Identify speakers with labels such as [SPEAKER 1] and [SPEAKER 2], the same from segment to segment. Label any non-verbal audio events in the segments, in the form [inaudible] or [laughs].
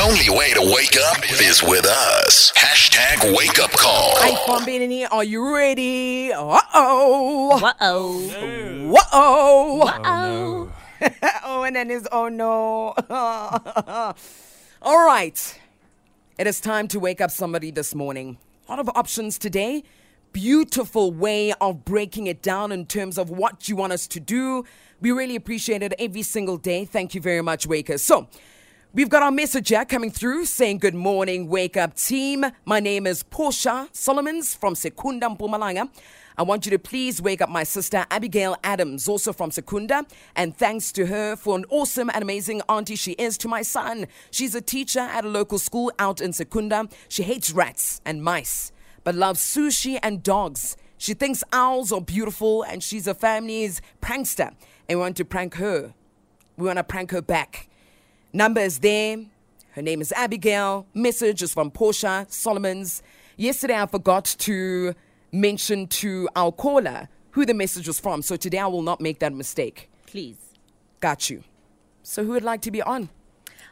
[SPEAKER 1] only way to wake up is with us. Hashtag wake up call.
[SPEAKER 2] iPhone Benini, E? are you ready? Uh-oh.
[SPEAKER 3] Whoa.
[SPEAKER 2] Whoa.
[SPEAKER 3] Whoa.
[SPEAKER 2] [laughs] oh, and then is oh no. [laughs] All right. It is time to wake up somebody this morning. A lot of options today. Beautiful way of breaking it down in terms of what you want us to do. We really appreciate it every single day. Thank you very much, Wakers. So, we've got our messenger coming through saying, Good morning, Wake Up team. My name is Portia Solomons from Secunda Mpumalanga. I want you to please wake up my sister Abigail Adams, also from Secunda, and thanks to her for an awesome and amazing auntie she is to my son. She's a teacher at a local school out in Secunda. She hates rats and mice, but loves sushi and dogs. She thinks owls are beautiful, and she's a family's prankster. And we want to prank her. We want to prank her back. Number is there. Her name is Abigail. Message is from Portia Solomons. Yesterday I forgot to mention to our caller who the message was from, so today I will not make that mistake.
[SPEAKER 3] Please.
[SPEAKER 2] Got you. So who would like to be on?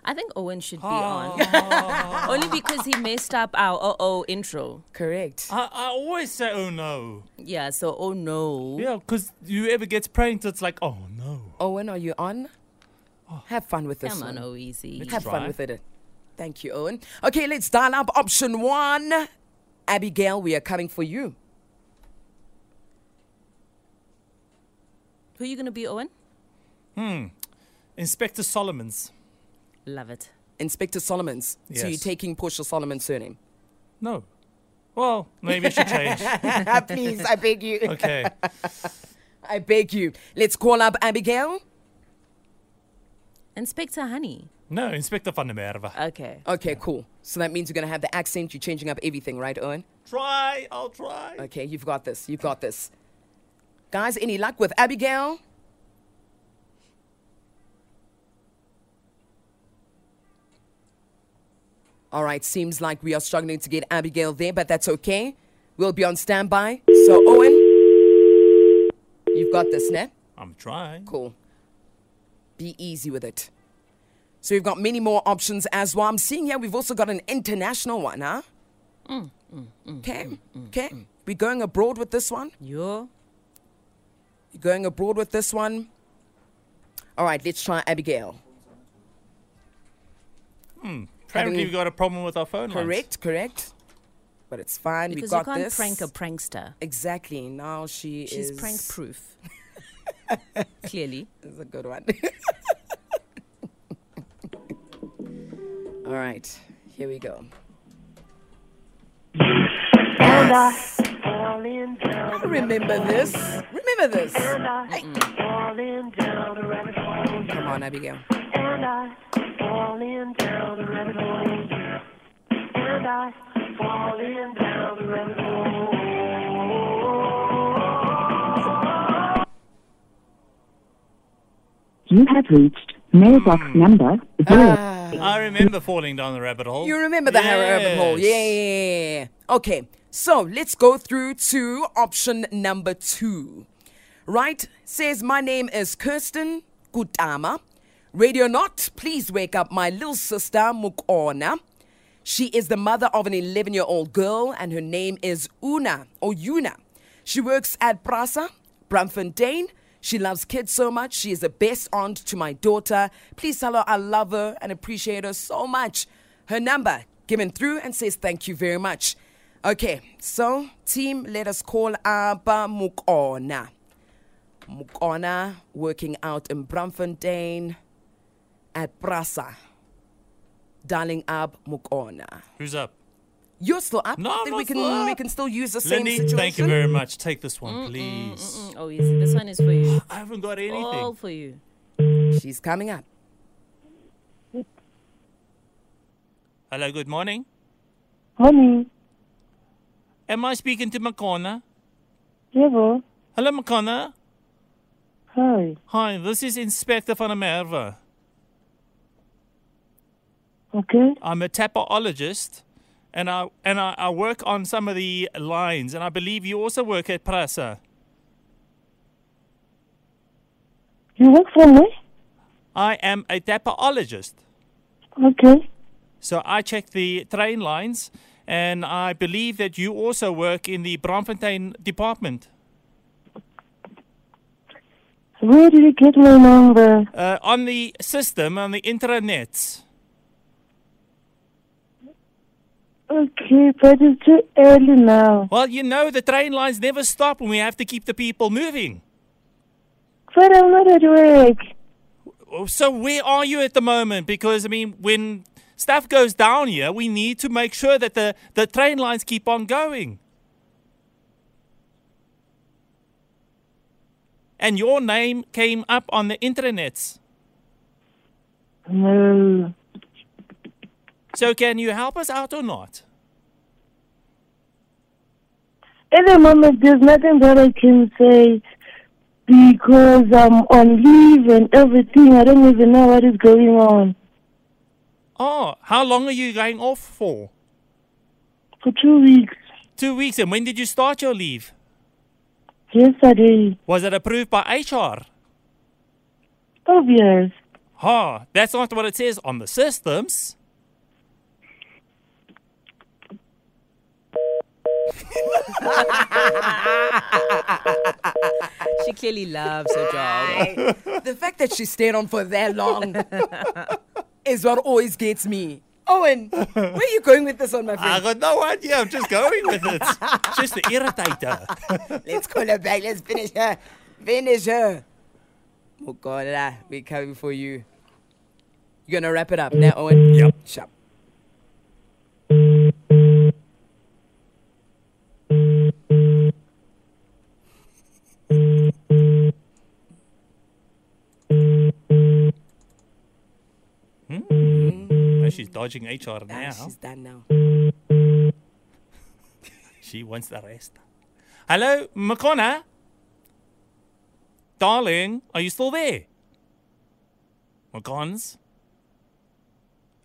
[SPEAKER 3] I think Owen should be on. [laughs] Only because he messed up our oh oh intro.
[SPEAKER 2] Correct.
[SPEAKER 4] I, I always say, oh no.
[SPEAKER 3] Yeah, so oh no.
[SPEAKER 4] Yeah, because whoever gets pranked, it's like, oh no.
[SPEAKER 2] Owen, are you on? Have fun with this
[SPEAKER 3] Come
[SPEAKER 2] one.
[SPEAKER 3] on, oh easy.
[SPEAKER 2] Have fun
[SPEAKER 4] Oh. Try.
[SPEAKER 2] with it. Thank you, Owen. Okay, let's dial up option one. Abigail, we are coming for you.
[SPEAKER 3] Who are you gonna be, Owen?
[SPEAKER 4] Inspector Solomon's.
[SPEAKER 3] Love it.
[SPEAKER 2] Inspector Solomons. So
[SPEAKER 4] Yes.
[SPEAKER 2] you're taking Portia Solomon's surname. [laughs]
[SPEAKER 4] No. Well, maybe it should [laughs] change.
[SPEAKER 2] Please, I beg you.
[SPEAKER 4] Okay.
[SPEAKER 2] [laughs] I beg you. Let's call up Abigail.
[SPEAKER 3] Inspector Honey.
[SPEAKER 4] No, Inspector Van der Merwe.
[SPEAKER 3] Okay.
[SPEAKER 2] Okay, cool. So that means you're going to have the accent. You're changing up everything, right, Owen?
[SPEAKER 4] try, I'll try.
[SPEAKER 2] Okay, you've got this. You've got this. Guys, any luck with Abigail? All right, seems like we are struggling to get Abigail there, but that's okay. We'll be on standby. So, Owen, you've got this, Nat.
[SPEAKER 4] I'm trying.
[SPEAKER 2] Cool. Be easy with it. So we've got many more options as well. I'm seeing here we've also got an international one, huh? Okay, okay. We're going abroad with this one.
[SPEAKER 3] Yo.
[SPEAKER 2] We're going abroad with this one. All right, let's try Abigail.
[SPEAKER 4] Apparently,
[SPEAKER 2] Having-
[SPEAKER 4] we got a problem with our phone lines.
[SPEAKER 2] Correct, correct. But it's fine.
[SPEAKER 3] Because
[SPEAKER 2] we
[SPEAKER 3] you
[SPEAKER 2] got
[SPEAKER 3] can't
[SPEAKER 2] this.
[SPEAKER 3] prank a prankster.
[SPEAKER 2] exactly. Now she
[SPEAKER 3] She's
[SPEAKER 2] is
[SPEAKER 3] prank proof. Clearly.
[SPEAKER 2] This is a good one. [laughs] All right, here we go.
[SPEAKER 5] Hilda, falling down,
[SPEAKER 2] Remember this. Remember this.
[SPEAKER 5] Hilda, falling down a rabbit hole.
[SPEAKER 2] Come on, Abigail.
[SPEAKER 5] And I falling down a rabbit hole. And I falling down a rabbit hole.
[SPEAKER 6] You have reached mailbox number zero.
[SPEAKER 4] I remember falling down the rabbit hole.
[SPEAKER 2] You remember the Harry rabbit hole. Yeah,
[SPEAKER 4] Yes.
[SPEAKER 2] yeah, yeah. Okay, so let's go through to option number two. Right, says, My name is Kirsten Kutama. Radio Not, please wake up my little sister Mukona. She is the mother of an 11 year old girl, and her name is Una or Una. She works at Prasa, Bramfontein. She loves kids so much. She is the best aunt to my daughter. Please tell her I love her and appreciate her so much. Her number given through and says thank you very much. Okay, so team, let us call Abba Mukona. Mukona working out in Bramfontein at Prasa. Darling Ab Mukona.
[SPEAKER 4] Who's up?
[SPEAKER 2] You're still up.
[SPEAKER 4] No,
[SPEAKER 2] I
[SPEAKER 4] I'm
[SPEAKER 2] think we
[SPEAKER 4] not
[SPEAKER 2] can
[SPEAKER 4] still
[SPEAKER 2] we
[SPEAKER 4] up.
[SPEAKER 2] can still use the same
[SPEAKER 4] Lindy,
[SPEAKER 2] situation.
[SPEAKER 4] thank you very much. Take this one, please.
[SPEAKER 3] Mm, Oh easy. This one is for
[SPEAKER 2] mm.
[SPEAKER 3] you.
[SPEAKER 4] I haven't got anything.
[SPEAKER 3] All for you.
[SPEAKER 2] She's coming up.
[SPEAKER 4] Hello, good morning.
[SPEAKER 5] Honey,
[SPEAKER 4] Am I speaking to Makona?
[SPEAKER 5] Devo,
[SPEAKER 4] Hello, Makona.
[SPEAKER 5] hi.
[SPEAKER 4] Hi, this is Inspector Van der Merwe.
[SPEAKER 5] Okay,
[SPEAKER 4] I'm a tapologist, and I and I, I work on some of the lines. And I believe you also work at Prasa.
[SPEAKER 5] you work from where?
[SPEAKER 4] I am a tapologist.
[SPEAKER 5] Okay,
[SPEAKER 4] So I check the train lines, and I believe that you also work in the Bramfontein department.
[SPEAKER 6] Where did you get my number?
[SPEAKER 4] Uh, on the system, on the intranets.
[SPEAKER 6] Okay, but it's too early now.
[SPEAKER 4] Well, you know, the train lines never stop, and we have to keep the people moving.
[SPEAKER 6] But I'm not at work.
[SPEAKER 4] Oh, So where are you at the moment? Because I mean, when stuff goes down here, we need to make sure that the, the train lines keep on going. And your name came up on the intranets.
[SPEAKER 6] No.
[SPEAKER 4] So can you help us out or not?
[SPEAKER 6] At the moment, there's nothing that I can say because I'm on leave and everything. I don't even know what is going on
[SPEAKER 4] Oh, how long are you going off for?
[SPEAKER 6] for two weeks.
[SPEAKER 4] Two weeks. And when did you start your leave?
[SPEAKER 6] Yesterday,
[SPEAKER 4] Was it approved by HR?
[SPEAKER 6] obvious.
[SPEAKER 4] Ha, that's not what it says on the systems.
[SPEAKER 3] She clearly loves her job.
[SPEAKER 2] the fact that she stayed on for that long is what always gets me. Owen, where are you going with this on my
[SPEAKER 4] I
[SPEAKER 2] friend?
[SPEAKER 4] got no idea. I'm just going with it. It's [laughs] just the irritator.
[SPEAKER 2] Let's call her back. Let's finish her. Finish her. Oh, Mukola, we're coming for you. You gonna wrap it up now, Owen?
[SPEAKER 4] Yep.
[SPEAKER 2] Sharp.
[SPEAKER 4] No, she's dodging HR
[SPEAKER 2] Ah,
[SPEAKER 4] now.
[SPEAKER 2] She's done now.
[SPEAKER 4] She wants the rest. Hello, Makona. Darling, are you still there? Makons?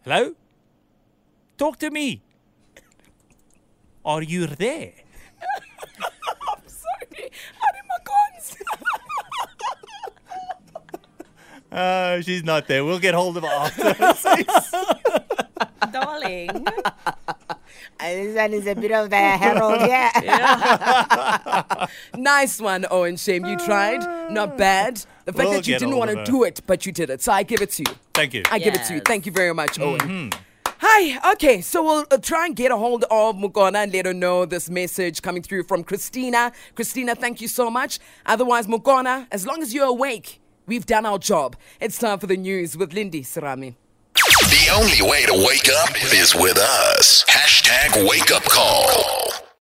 [SPEAKER 4] Hello? Talk to me. Are you there? Oh, she's not there. We'll get hold of her after.
[SPEAKER 3] Darling.
[SPEAKER 7] This one is a bit of a herald, yeah.
[SPEAKER 2] [laughs] Nice one, Owen Shame. You tried. Not bad. The fact
[SPEAKER 4] We'll
[SPEAKER 2] that you
[SPEAKER 4] get
[SPEAKER 2] didn't
[SPEAKER 4] hold
[SPEAKER 2] want
[SPEAKER 4] of
[SPEAKER 2] to
[SPEAKER 4] her.
[SPEAKER 2] do it, but you did it. So I give it to you.
[SPEAKER 4] [laughs] Thank you.
[SPEAKER 2] I give it to you.
[SPEAKER 3] Yes.
[SPEAKER 2] Thank you very much, Owen. Hi. Okay, so we'll uh, try and get a hold of Mugona and let her know this message coming through from Christina. Christina, thank you so much. Otherwise, Mugona, as long as you're awake, we've done our job. It's time for the news with Lindy Sarami.
[SPEAKER 1] The only way to wake up is with us. Hashtag wake up call.